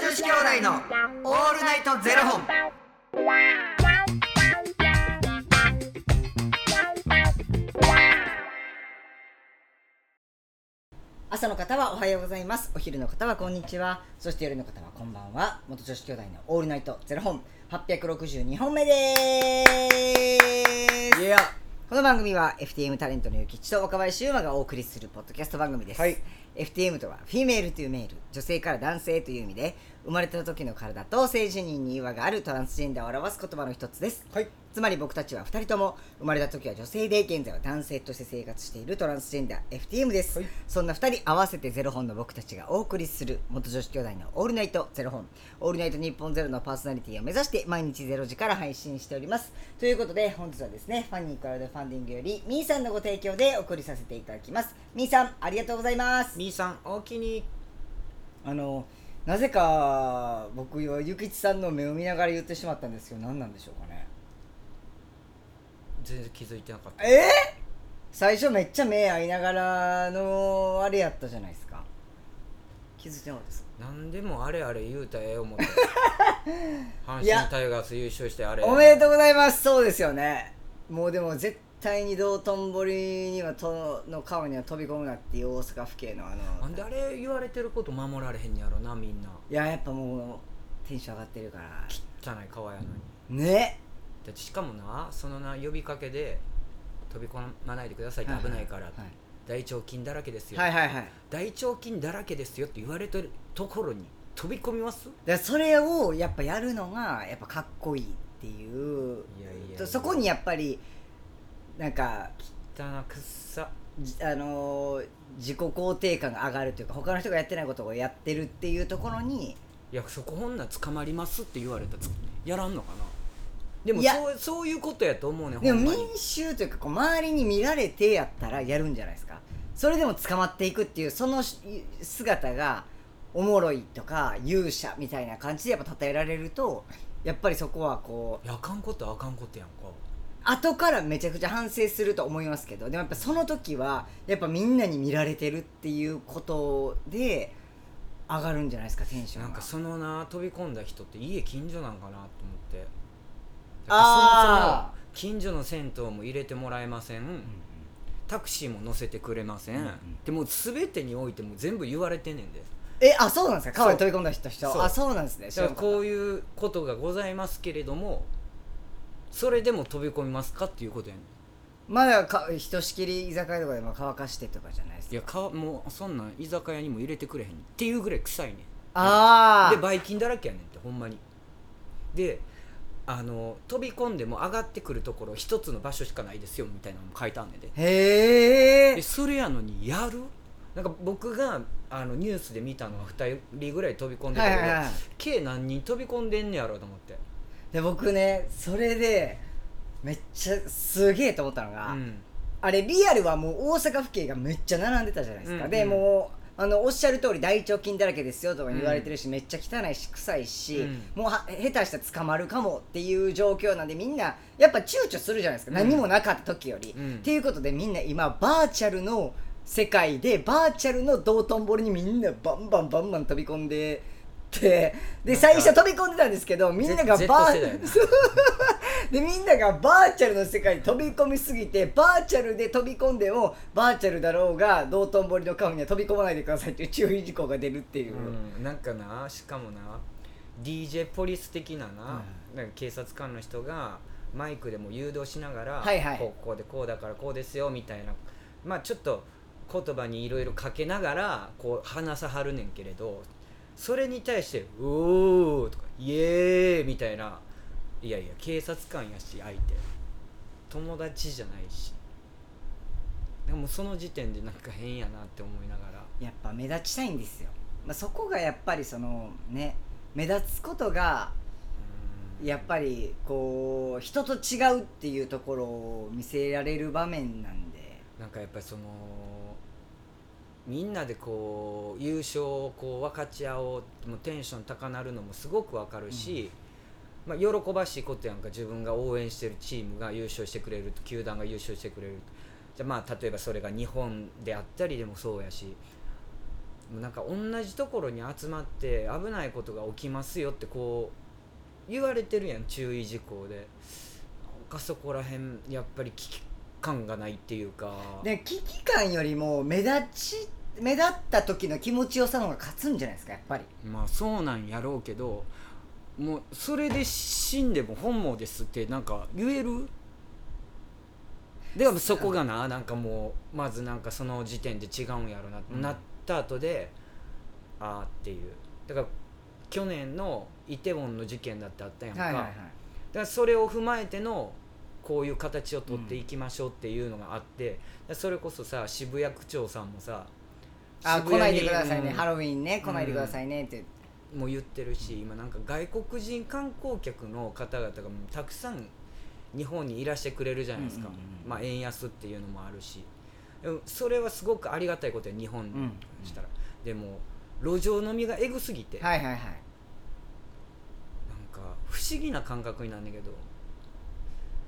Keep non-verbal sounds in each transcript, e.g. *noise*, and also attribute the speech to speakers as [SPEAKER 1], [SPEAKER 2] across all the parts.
[SPEAKER 1] 子兄弟のオールナイトゼロ本。
[SPEAKER 2] 朝の方はおはようございますお昼の方はこんにちはそして夜の方はこんばんは元女子兄弟のオールナイトゼロ本862本目です
[SPEAKER 1] いや、
[SPEAKER 2] この番組は FTM タレントのゆきちと若林優馬がお送りするポッドキャスト番組です、
[SPEAKER 1] はい
[SPEAKER 2] FTM とはフィメールというメール女性から男性という意味で生まれた時の体と性自認に違和があるトランスジェンダーを表す言葉の一つです
[SPEAKER 1] はい、
[SPEAKER 2] つまり僕たちは2人とも生まれた時は女性で現在は男性として生活しているトランスジェンダー FTM です、
[SPEAKER 1] はい
[SPEAKER 2] そんな2人合わせてゼロ本の僕たちがお送りする元女子兄弟の「オールナイトゼロ本」「オールナイト日本ゼロのパーソナリティを目指して毎日ゼロ時から配信しておりますということで本日はですねファニークラウドファンディングよりみーさんのご提供でお送りさせていただきますみーさんありがとうございます
[SPEAKER 1] みーさん、おおきに。
[SPEAKER 2] あのなぜか僕はゆきちさんの目を見ながら言ってしまったんですけど何なんでしょうかね
[SPEAKER 1] 全然気づいてなかった。
[SPEAKER 2] えー最初めっちゃ目合いながらのあれやったじゃないですか気づいてなかったです
[SPEAKER 1] なんでもあれあれ言うたらええ思って。阪
[SPEAKER 2] *laughs* い
[SPEAKER 1] 神
[SPEAKER 2] や
[SPEAKER 1] タイガース優勝してあれ。
[SPEAKER 2] おめでとうございますそうですよねもうでも絶対に道頓堀にはとの川には飛び込むなっていう大阪府警のあ
[SPEAKER 1] な
[SPEAKER 2] の
[SPEAKER 1] んであれ言われてること守られへんやろな、みんな。
[SPEAKER 2] いややっぱもうテンション上がってるから
[SPEAKER 1] じゃない川やのに。
[SPEAKER 2] ね
[SPEAKER 1] だってしかもな、そのな呼びかけで飛び込まないでくださいって危ないから。
[SPEAKER 2] はい
[SPEAKER 1] 大腸菌だらけですよ。
[SPEAKER 2] はいはいはいだか
[SPEAKER 1] 大腸菌だらけですよって言われてるところに飛び込みます
[SPEAKER 2] らそれをやっぱやるのがやっぱかっこいいっていう
[SPEAKER 1] いやいやいや
[SPEAKER 2] とそこにやっぱりなんか
[SPEAKER 1] 汚くっさ
[SPEAKER 2] じあのー自己肯定感が上がるというか他の人がやってないことをやってるっていうところに
[SPEAKER 1] いやそこほんなら捕まりますって言われたらつやらんのかなでも
[SPEAKER 2] いや
[SPEAKER 1] そうそういうことやと思うねんほ
[SPEAKER 2] でも
[SPEAKER 1] んま
[SPEAKER 2] 民
[SPEAKER 1] に
[SPEAKER 2] 衆というかこう周りに見られてやったらやるんじゃないですかそれでも捕まっていくっていうそのし姿がおもろいとか勇者みたいな感じでやっぱ称えられるとやっぱりそこはこう
[SPEAKER 1] いやあかんことあかんことやんか
[SPEAKER 2] 後からめちゃくちゃ反省すると思いますけどでもやっぱその時はやっぱみんなに見られてるっていうことで上がるんじゃないですかテンション
[SPEAKER 1] な
[SPEAKER 2] が
[SPEAKER 1] んかそのな飛び込んだ人って家近所なんかなと思ってやっぱ
[SPEAKER 2] あー
[SPEAKER 1] そもそも近所の銭湯も入れてもらえません、タクシーも乗せてくれません、
[SPEAKER 2] うんうん
[SPEAKER 1] でもう全てにおいてもう全部言われてんねんで
[SPEAKER 2] えあそうなんですか川に飛び込んだ人人
[SPEAKER 1] そう
[SPEAKER 2] あそうなんですね知
[SPEAKER 1] だ
[SPEAKER 2] ら
[SPEAKER 1] か
[SPEAKER 2] な
[SPEAKER 1] ら
[SPEAKER 2] かった
[SPEAKER 1] こういうことがございますけれどもそれでも飛び込みますかっていうことやねん
[SPEAKER 2] まだかひとしきり居酒屋とかでも乾かしてとかじゃないです
[SPEAKER 1] い
[SPEAKER 2] か
[SPEAKER 1] やかもうそんなん居酒屋にも入れてくれへんっていうぐらい臭いねん
[SPEAKER 2] ああ
[SPEAKER 1] でばい菌だらけやねんってほんまにであの飛び込んでも上がってくるところ一つの場所しかないですよみたいなのも書いてあんねんで
[SPEAKER 2] へ
[SPEAKER 1] で
[SPEAKER 2] え
[SPEAKER 1] それやのにやるなんか僕があのニュースで見たのは2人ぐらい飛び込んでた
[SPEAKER 2] は
[SPEAKER 1] け
[SPEAKER 2] い
[SPEAKER 1] ど、
[SPEAKER 2] はいはい
[SPEAKER 1] 計何人飛び込んでんねやろうと思って
[SPEAKER 2] で僕ねそれでめっちゃすげえと思ったのが、
[SPEAKER 1] うん
[SPEAKER 2] あれリアルはもう大阪府警がめっちゃ並んでたじゃないですか、
[SPEAKER 1] うんうん
[SPEAKER 2] でもうあのおっしゃる通り大腸菌だらけですよとか言われてるし、めっちゃ汚いし臭いし、
[SPEAKER 1] うん
[SPEAKER 2] もうは下手したら捕まるかもっていう状況なんでみんなやっぱ躊躇するじゃないですか、
[SPEAKER 1] うん
[SPEAKER 2] 何もなかった時より。
[SPEAKER 1] うん
[SPEAKER 2] っていうことでみんな今バーチャルの世界でバーチャルの道頓堀にみんなバンバンバンバン飛び込んでってで
[SPEAKER 1] なんか
[SPEAKER 2] 最初飛び込んでたんですけどみんなが
[SPEAKER 1] Z-
[SPEAKER 2] バ
[SPEAKER 1] Z 世代
[SPEAKER 2] ー
[SPEAKER 1] やな
[SPEAKER 2] でみんながバーチャルの世界に飛び込みすぎてバーチャルで飛び込んでもバーチャルだろうが道頓堀の顔には飛び込まないでくださいっていう注意事項が出るっていう、
[SPEAKER 1] うん、なんかなしかもな DJ ポリス的なな,、なんか警察官の人がマイクでも誘導しながら、
[SPEAKER 2] はいはい
[SPEAKER 1] こうこうでこうだからこうですよみたいなまあちょっと言葉にいろいろかけながらこう話さはるねんけれどそれに対して「おー」とか「イエーイ」みたいないやいや警察官やし相手友達じゃないしでもその時点でなんか変やなって思いながら。
[SPEAKER 2] やっぱ目立ちたいんですよ、まあ、そこがやっぱりそのね目立つことが
[SPEAKER 1] うん
[SPEAKER 2] やっぱりこう人と違うっていうところを見せられる場面なんで
[SPEAKER 1] なんかやっぱりそのみんなでこう優勝をこう分かち合おうもうテンション高なるのもすごく分かるし、まあ、喜ばしいことやんか自分が応援してるチームが優勝してくれると球団が優勝してくれるとじゃあまあ例えばそれが日本であったりでもそうやしもうなんか同じところに集まって危ないことが起きますよってこう言われてるやん注意事項でなんかそこら辺やっぱり危機感がないっていうか
[SPEAKER 2] で危機感よりも目立ち目立った時の気持ちよさの方が勝つんじゃないですかやっぱり
[SPEAKER 1] まあそうなんやろうけどもうそれで死んでも本望ですってなんか言えるでもそこがななんかもうまずなんかその時点で違うんやろな、
[SPEAKER 2] うん
[SPEAKER 1] なった後でああっていうだから去年のイテウォンの事件だってあったやんか、
[SPEAKER 2] はいはいはい
[SPEAKER 1] だからそれを踏まえてのこういう形を取っていきましょうっていうのがあって、だからそれこそさ渋谷区長さんもさ
[SPEAKER 2] あ来な
[SPEAKER 1] 渋
[SPEAKER 2] い
[SPEAKER 1] 谷に
[SPEAKER 2] でくださいね、
[SPEAKER 1] うん
[SPEAKER 2] ハロウィンね来ないでくださいねって、
[SPEAKER 1] も言ってるし今なんか外国人観光客の方々がもうたくさん日本にいらしてくれるじゃないですか、
[SPEAKER 2] うんうんうんうん
[SPEAKER 1] まあ、円安っていうのもあるしでもそれはすごくありがたいことや日本
[SPEAKER 2] うん
[SPEAKER 1] にしたら、でも路上飲みがエグすぎて、
[SPEAKER 2] はいはいはい
[SPEAKER 1] なんか不思議な感覚になるんだけど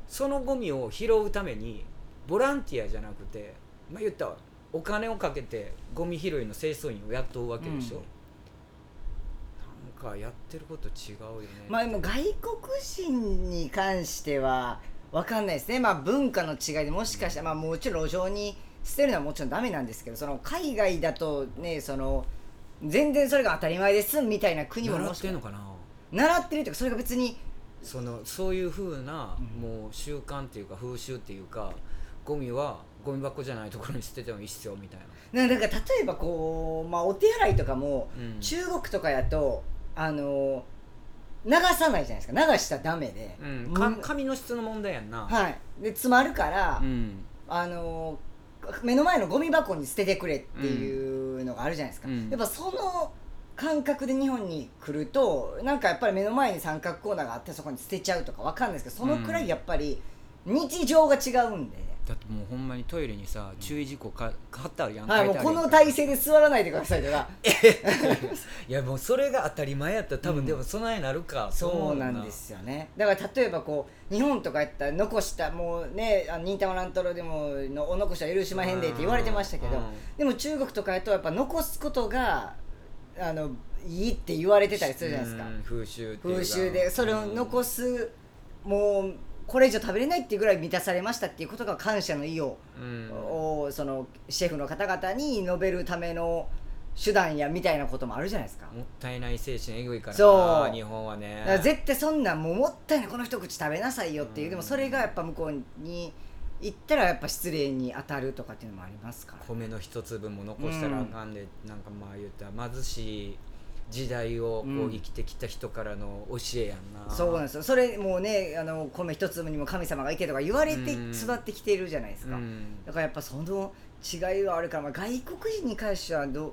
[SPEAKER 1] そのゴミを拾うためにボランティアじゃなくて、まあ、言ったらお金をかけてゴミ拾いの清掃員を雇うわけでしょ、
[SPEAKER 2] うん
[SPEAKER 1] なんかやってること違うよね、
[SPEAKER 2] まあでも外国人に関しては分かんないですねまあ文化の違いでもしかしたら、まあ、もちろん路上に捨てるのはもちろんダメなんですけどその海外だとねその全然それが当たり前ですみたいな国も
[SPEAKER 1] 習
[SPEAKER 2] も
[SPEAKER 1] っ
[SPEAKER 2] してか
[SPEAKER 1] んのかな
[SPEAKER 2] 習ってるというかそれが別に
[SPEAKER 1] そのそういうふうな、
[SPEAKER 2] うん
[SPEAKER 1] もう習慣っていうか風習っていうかゴミはゴミ箱じゃないところに捨ててもいいっすよみたいな、
[SPEAKER 2] なんか例えばこう、まあ、お手洗いとかも
[SPEAKER 1] うん
[SPEAKER 2] 中国とかやとあの流さないじゃないですか流したらダメで、
[SPEAKER 1] うん、か
[SPEAKER 2] うん
[SPEAKER 1] 紙の質の問題やんな、
[SPEAKER 2] はい、で詰まるから、
[SPEAKER 1] うん
[SPEAKER 2] あの目の前のゴミ箱に捨ててくれっていうのがあるじゃないですか、
[SPEAKER 1] うん
[SPEAKER 2] やっぱその感覚で日本に来るとなんかやっぱり目の前に三角コーナーがあってそこに捨てちゃうとかわかんないですけどそのくらいやっぱり日常が違うんで、
[SPEAKER 1] だってもうほんまにトイレにさ注意事項か貼ってあるやん、
[SPEAKER 2] はい、もう
[SPEAKER 1] 書てある
[SPEAKER 2] こ
[SPEAKER 1] やん
[SPEAKER 2] の体勢で座らないでくださいと
[SPEAKER 1] *laughs*
[SPEAKER 2] か
[SPEAKER 1] いやもうそれが当たり前やったら多
[SPEAKER 2] うん
[SPEAKER 1] 分でも備えなるか、
[SPEAKER 2] そうなんですよねだから例えばこう日本とかやったら残したもうねあの忍たま乱太郎でものお残しは許しまへんでって言われてましたけど、
[SPEAKER 1] うん
[SPEAKER 2] でも中国とかやとやっぱ残すことがあのいいって言われてたりするじゃないですか、
[SPEAKER 1] うん風習っていうか
[SPEAKER 2] 風習でそれを残す、もうこれ以上食べれないっていうぐらい満たされましたっていうことが感謝の意を、
[SPEAKER 1] うん
[SPEAKER 2] をそのシェフの方々に述べるための手段やみたいなこともあるじゃないですか。
[SPEAKER 1] もったいない精神えぐいからな
[SPEAKER 2] そう
[SPEAKER 1] 日本はね
[SPEAKER 2] だから絶対そんなんもうもったいないこの一口食べなさいよっていううんでもそれがやっぱ向こうに行ったらやっぱ失礼に当たるとかっていうのもありますから
[SPEAKER 1] 米の一粒も残したらあかんで、なんかまあ言ったら貧しい時代をこ
[SPEAKER 2] う
[SPEAKER 1] うん生きてきた人からの教えやんな、
[SPEAKER 2] そうなんですよそれもうねあの米一粒にも神様がいてとか言われて
[SPEAKER 1] うん
[SPEAKER 2] 育ってきているじゃないですか、
[SPEAKER 1] うん
[SPEAKER 2] だからやっぱその違いはあるから、まあ、外国人に関してはどう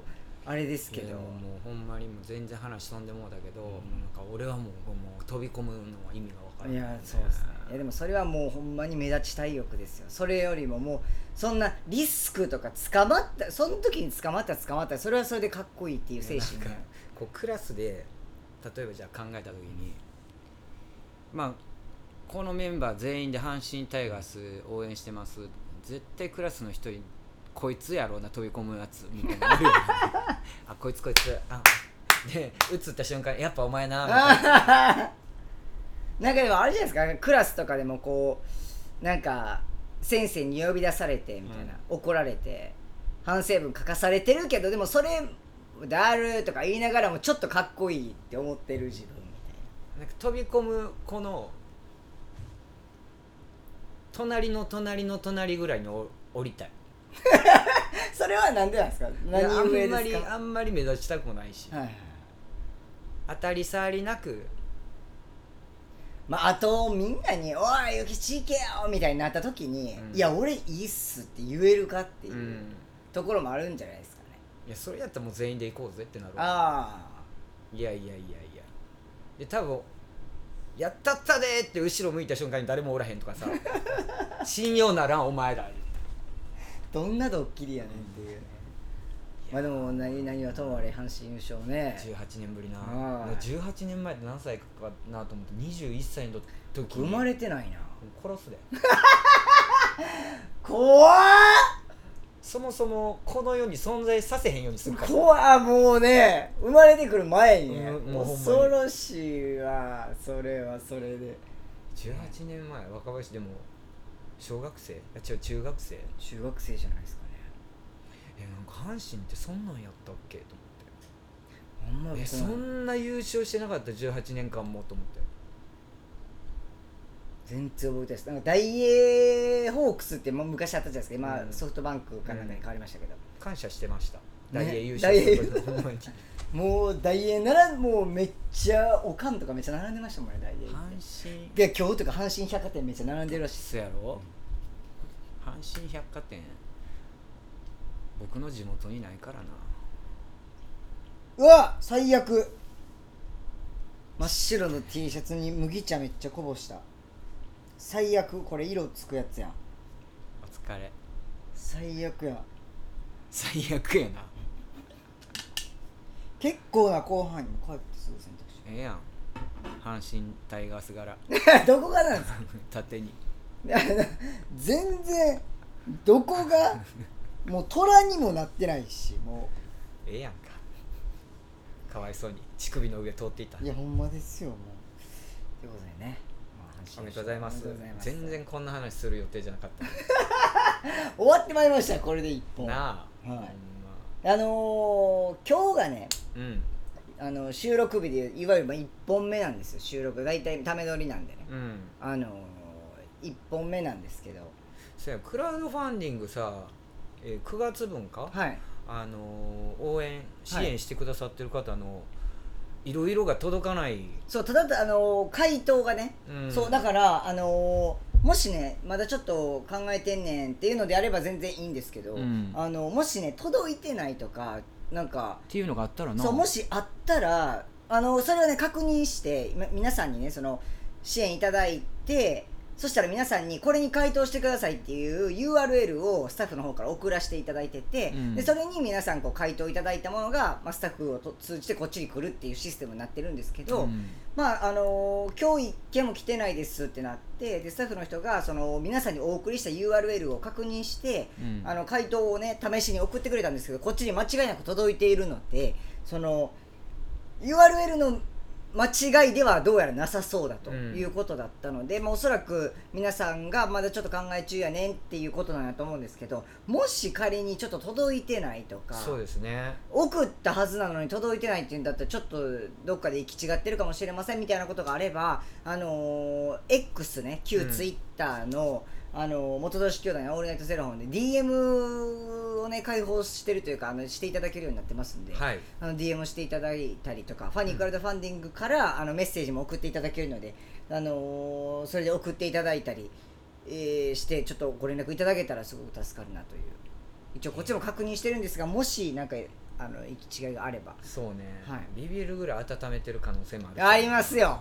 [SPEAKER 2] あれですけ
[SPEAKER 1] いやで
[SPEAKER 2] ど
[SPEAKER 1] ももうほんまにもう全然話飛んでもうだけど、もうなんか俺はもうもう飛び込むのは意味が分から
[SPEAKER 2] い
[SPEAKER 1] ない
[SPEAKER 2] やそうですねいやでもそれはもうほんまに目立ちたい欲ですよそれよりももうそんなリスクとか捕まったその時に捕まったら捕まったらそれはそれでかっこいいっていう精神
[SPEAKER 1] い
[SPEAKER 2] が
[SPEAKER 1] やなんかこうクラスで例えばじゃあ考えた時にまあこのメンバー全員で阪神タイガース応援してます絶対クラスの一人こいつやろうな飛び込むやつみたいなの *laughs* いるよねあこいつこいつあで打つった瞬間やっぱお前なみたいな
[SPEAKER 2] なんかでもあれじゃないですかクラスとかでもこうなんか先生に呼び出されてみたいな、怒られて反省文書かされてるけどでもそれ「だる」とか言いながらもちょっとかっこいいって思ってる自分み
[SPEAKER 1] なんか飛び込むこの隣の隣の隣ぐらいにお降りたい
[SPEAKER 2] たいな *laughs* それは何でなんですか
[SPEAKER 1] いやあ
[SPEAKER 2] 何
[SPEAKER 1] ん
[SPEAKER 2] 上
[SPEAKER 1] ま
[SPEAKER 2] です
[SPEAKER 1] り
[SPEAKER 2] か
[SPEAKER 1] あんまり目立ちたくもないし、
[SPEAKER 2] はいはい
[SPEAKER 1] 当たり障りなく
[SPEAKER 2] まあ、あとみんなに「おい諭吉行けよ!」みたいになった時に「
[SPEAKER 1] うん
[SPEAKER 2] いや俺いいっす」って言えるかっていううんところもあるんじゃないですかね、
[SPEAKER 1] いやそれやったらもう全員で行こうぜってなる
[SPEAKER 2] ああ
[SPEAKER 1] いやいやいやいやで多分やったったでーって後ろ向いた瞬間に誰もおらへんと
[SPEAKER 2] *laughs*
[SPEAKER 1] かさ信用ならんお前だ
[SPEAKER 2] どんなドッキリやねんっていうねまあでも何何はともあれ阪神優勝ね
[SPEAKER 1] 18年ぶりな
[SPEAKER 2] はい
[SPEAKER 1] もう18年前って何歳かなと思って21歳の時
[SPEAKER 2] 生
[SPEAKER 1] に
[SPEAKER 2] まれてないな
[SPEAKER 1] 殺すで
[SPEAKER 2] 怖っ
[SPEAKER 1] そもそもこの世に存在させへんようにするから
[SPEAKER 2] 怖いもうね生まれてくる前にね、
[SPEAKER 1] うんもうほんまに
[SPEAKER 2] 恐ろしいわそれはそれで
[SPEAKER 1] 18年前若林でも小学生あ違う中学生
[SPEAKER 2] 中学生じゃないですかね
[SPEAKER 1] えなんか阪神ってそんなんやったっけと思って
[SPEAKER 2] あんま
[SPEAKER 1] え
[SPEAKER 2] 僕
[SPEAKER 1] そ
[SPEAKER 2] も
[SPEAKER 1] んな優勝してなかった18年間もと思って
[SPEAKER 2] 全然覚えてないですなんかダイエーホークスってもう昔あったじゃないですか今、
[SPEAKER 1] うん
[SPEAKER 2] ソフトバンクかなんかに変わりましたけど、
[SPEAKER 1] 感謝してました大英優
[SPEAKER 2] 大
[SPEAKER 1] 勝
[SPEAKER 2] 英
[SPEAKER 1] することほん *laughs* まに
[SPEAKER 2] もうダイエーならもうめっちゃおかんとかめっちゃ並んでましたもんねダイエーって
[SPEAKER 1] 阪神
[SPEAKER 2] で今日とか阪神百貨店めっちゃ並んでるらしいです
[SPEAKER 1] そやろ阪神百貨店僕の地元にないからな
[SPEAKER 2] うわ最悪真っ白の T シャツに麦茶めっちゃこぼした最悪これ色つくやつやん
[SPEAKER 1] お疲れ
[SPEAKER 2] 最悪や
[SPEAKER 1] 最悪やな結
[SPEAKER 2] こうな後半にも帰ってすぐ洗濯し
[SPEAKER 1] ええやん阪神タイガース柄 *laughs*
[SPEAKER 2] て *laughs* どこがなんですか
[SPEAKER 1] 縦に
[SPEAKER 2] 全然どこがもう虎にもなってないしも
[SPEAKER 1] ええやんかかわいそうに乳首の上通っていた
[SPEAKER 2] ういやほんまですよもうということでね
[SPEAKER 1] おめでとうございます
[SPEAKER 2] おめでとうございます
[SPEAKER 1] 全然こんな話する予定じゃなかった
[SPEAKER 2] 終わってまいりましたこれで一本あ
[SPEAKER 1] なあ、
[SPEAKER 2] はい
[SPEAKER 1] ほんま
[SPEAKER 2] のー、今日がね
[SPEAKER 1] うん
[SPEAKER 2] あの収録日でいういわゆるまあ1本目なんですよ収録大体ため撮りなんでね
[SPEAKER 1] うん
[SPEAKER 2] あのー、1本目なんですけど
[SPEAKER 1] そうやクラウドファンディングさ、えー、9月分か、
[SPEAKER 2] はい
[SPEAKER 1] あのー応援支
[SPEAKER 2] はい
[SPEAKER 1] 援してくださってる方の、い、ろいろが届かない、
[SPEAKER 2] そうただあのー回答がね、
[SPEAKER 1] うん
[SPEAKER 2] そうだからあのーもしねまだちょっと考えてんねんっていうのであれば全然いいんですけど、
[SPEAKER 1] うん
[SPEAKER 2] あのもしね届いてないとかなんか
[SPEAKER 1] っていうのがあったらな
[SPEAKER 2] そうもしあったらあのそれはね確認してみ皆さんにねその支援いただいてそしたら皆さんにこれに回答してくださいっていう URL をスタッフの方から送らせていただいてて、
[SPEAKER 1] うん
[SPEAKER 2] でそれに皆さんこう回答いただいたものが、まあ、スタッフをと通じてこっちに来るっていうシステムになってるんですけど、
[SPEAKER 1] うん
[SPEAKER 2] まああのー今日一件も来てないですってなってでスタッフの人がその皆さんにお送りした URL を確認して、
[SPEAKER 1] うん
[SPEAKER 2] あの回答をね試しに送ってくれたんですけどこっちに間違いなく届いているのでその URL の間違いではどうやらなさそうだと
[SPEAKER 1] うん
[SPEAKER 2] いうことだったので、まあ、おそらく皆さんがまだちょっと考え中やねんっていうことなんだと思うんですけどもし仮にちょっと届いてないとか
[SPEAKER 1] そうですね
[SPEAKER 2] 送ったはずなのに届いてないっていうんだったらちょっとどっかで行き違ってるかもしれませんみたいなことがあれば、あのー X ね旧
[SPEAKER 1] うん
[SPEAKER 2] ツイッターの、あのー元年兄弟の「オールナイトゼロ本」で DM をね開放してるというかあのしていただけるようになってますんで、
[SPEAKER 1] はい
[SPEAKER 2] あの DM していただいたりとかファニークラウドファンディングから、あのメッセージも送っていただけるので、あのーそれで送っていただいたり、えーしてちょっとご連絡いただけたらすごく助かるなという一応こっちも確認してるんですがもしなんかあの行き違いがあれば
[SPEAKER 1] そうね、
[SPEAKER 2] はい
[SPEAKER 1] ビビるぐらい温めてる可能性もある
[SPEAKER 2] ありますよ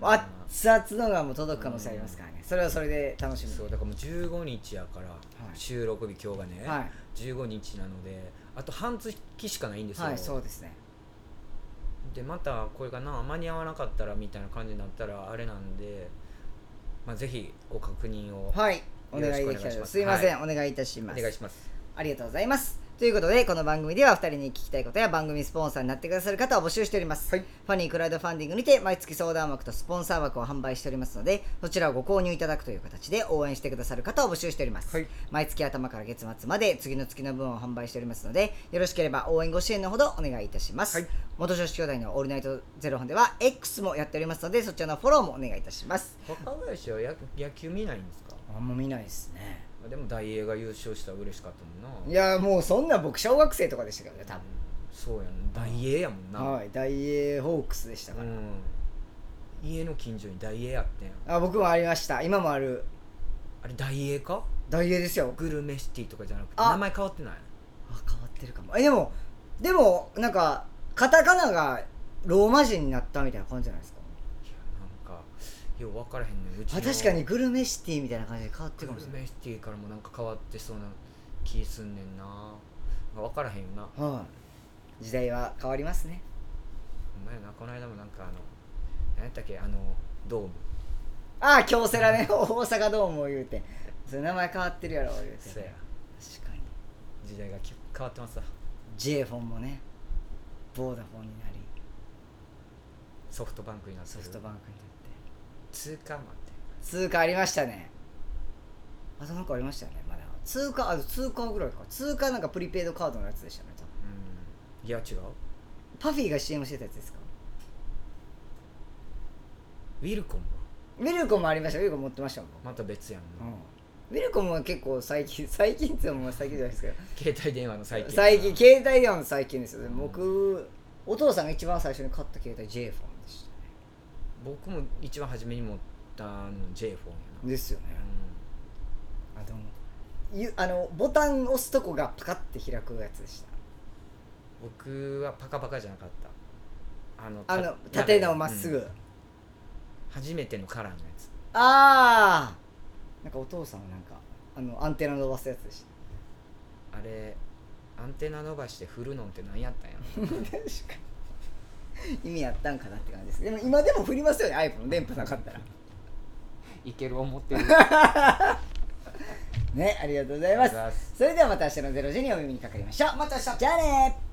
[SPEAKER 1] まあ
[SPEAKER 2] 熱々のがもう届く可能性ありますからねそれはそれで楽しみに
[SPEAKER 1] そうだからもう15日やから、
[SPEAKER 2] い
[SPEAKER 1] 収録日今日がね、
[SPEAKER 2] はい
[SPEAKER 1] 15日なのであと半月しかないんですよ、
[SPEAKER 2] はいそうですね
[SPEAKER 1] でまたこれがな間に合わなかったらみたいな感じになったらあれなんで、まあ、ぜひご確認を
[SPEAKER 2] はいお願いできた
[SPEAKER 1] よろしくお願いし
[SPEAKER 2] ら
[SPEAKER 1] ます
[SPEAKER 2] すいません、お願いいたし
[SPEAKER 1] お
[SPEAKER 2] ます
[SPEAKER 1] 願いします
[SPEAKER 2] ありがとうございます。ということで、この番組では2人に聞きたいことや番組スポンサーになってくださる方を募集しております。
[SPEAKER 1] はい
[SPEAKER 2] ファニークラウドファンディングにて毎月相談枠とスポンサー枠を販売しておりますので、そちらをご購入いただくという形で応援してくださる方を募集しております。
[SPEAKER 1] はい
[SPEAKER 2] 毎月頭から月末まで次の月の分を販売しておりますので、よろしければ応援ご支援のほどお願いいたします。
[SPEAKER 1] はい
[SPEAKER 2] 元女子兄弟のオールナイトゼロ本では X もやっておりますので、そちらのフォローもお願いいたします。
[SPEAKER 1] 若林はや野球見ないんですか
[SPEAKER 2] あんま見ないですね。
[SPEAKER 1] でも大英が優勝したら嬉しかったもんない
[SPEAKER 2] や、もうそんな僕小学生とかでしたからね、多分。
[SPEAKER 1] そうやん大英やもんな、
[SPEAKER 2] はい、ダイエーホークスでした
[SPEAKER 1] う
[SPEAKER 2] から、
[SPEAKER 1] ん、家の近所に大英あってん
[SPEAKER 2] あ僕もありました今もある
[SPEAKER 1] あれ大英か
[SPEAKER 2] ダイエーですよ
[SPEAKER 1] グルメシティとかじゃなくて
[SPEAKER 2] あ
[SPEAKER 1] 名前変わってない
[SPEAKER 2] あ変わってるかもえでもでもなんかカタカナがローマ字になったみたいな感じじゃないですか
[SPEAKER 1] いやなんかよう分からへんねんうちの
[SPEAKER 2] あ確かにグルメシティみたいな感じで変わって
[SPEAKER 1] グ
[SPEAKER 2] る
[SPEAKER 1] ル
[SPEAKER 2] かもしれない、
[SPEAKER 1] メシティからもなんか変わってそうな気すんねんな分からへんよな
[SPEAKER 2] はい、時代は変わりますね
[SPEAKER 1] お前なこの間もなんかあの何やったっけあのドーム
[SPEAKER 2] ああ京セラね大阪ドームを言うてそれ名前変わってるやろ言うて
[SPEAKER 1] そうや
[SPEAKER 2] 確かに
[SPEAKER 1] 時代がき変わってますわ
[SPEAKER 2] J フォンもねボーダフォンになり
[SPEAKER 1] ソフトバンクになって
[SPEAKER 2] ソ
[SPEAKER 1] る
[SPEAKER 2] フトバンクになって
[SPEAKER 1] 通貨マンって
[SPEAKER 2] 通貨ありましたねあとなんかありましたよねまだ通貨あ通貨ぐらいか通貨なんかプリペイドカードのやつでしたね多分
[SPEAKER 1] うんいや違う
[SPEAKER 2] パフィーが CM してたやつですか
[SPEAKER 1] ウィルコムは
[SPEAKER 2] ウィルコもありましたウィルコ持ってましたもん僕
[SPEAKER 1] また別やんな、
[SPEAKER 2] うん、ウィルコも結構最近 *laughs* 最近ってもう最近じゃないですけど
[SPEAKER 1] 携帯電話の最近
[SPEAKER 2] 最近携帯電話の最近ですよね僕お父さんが一番最初に買った携帯 J フォンでした
[SPEAKER 1] 僕も一番初めに持ったの J フォンやな
[SPEAKER 2] ですよね
[SPEAKER 1] う
[SPEAKER 2] あでもゆあのボタン押すとこがパカッて開くやつでした
[SPEAKER 1] ん僕はパカパカじゃなかったあの
[SPEAKER 2] あの
[SPEAKER 1] た
[SPEAKER 2] 縦のまっすぐ、
[SPEAKER 1] うん初めてのカラーのやつ
[SPEAKER 2] ああなんかお父さんはなんかあのアンテナ伸ばすやつでし
[SPEAKER 1] あれアンテナ伸ばして振るのんって何やったんや
[SPEAKER 2] *laughs*
[SPEAKER 1] ろ
[SPEAKER 2] た確かに意味あったんかなって感じですでも今でも振りますよね iPhone 電波なかったら
[SPEAKER 1] いける思ってる
[SPEAKER 2] ねありがとうございますそれではまた明日の『ゼロ時にお耳にかかりましょうまた明日じゃあねー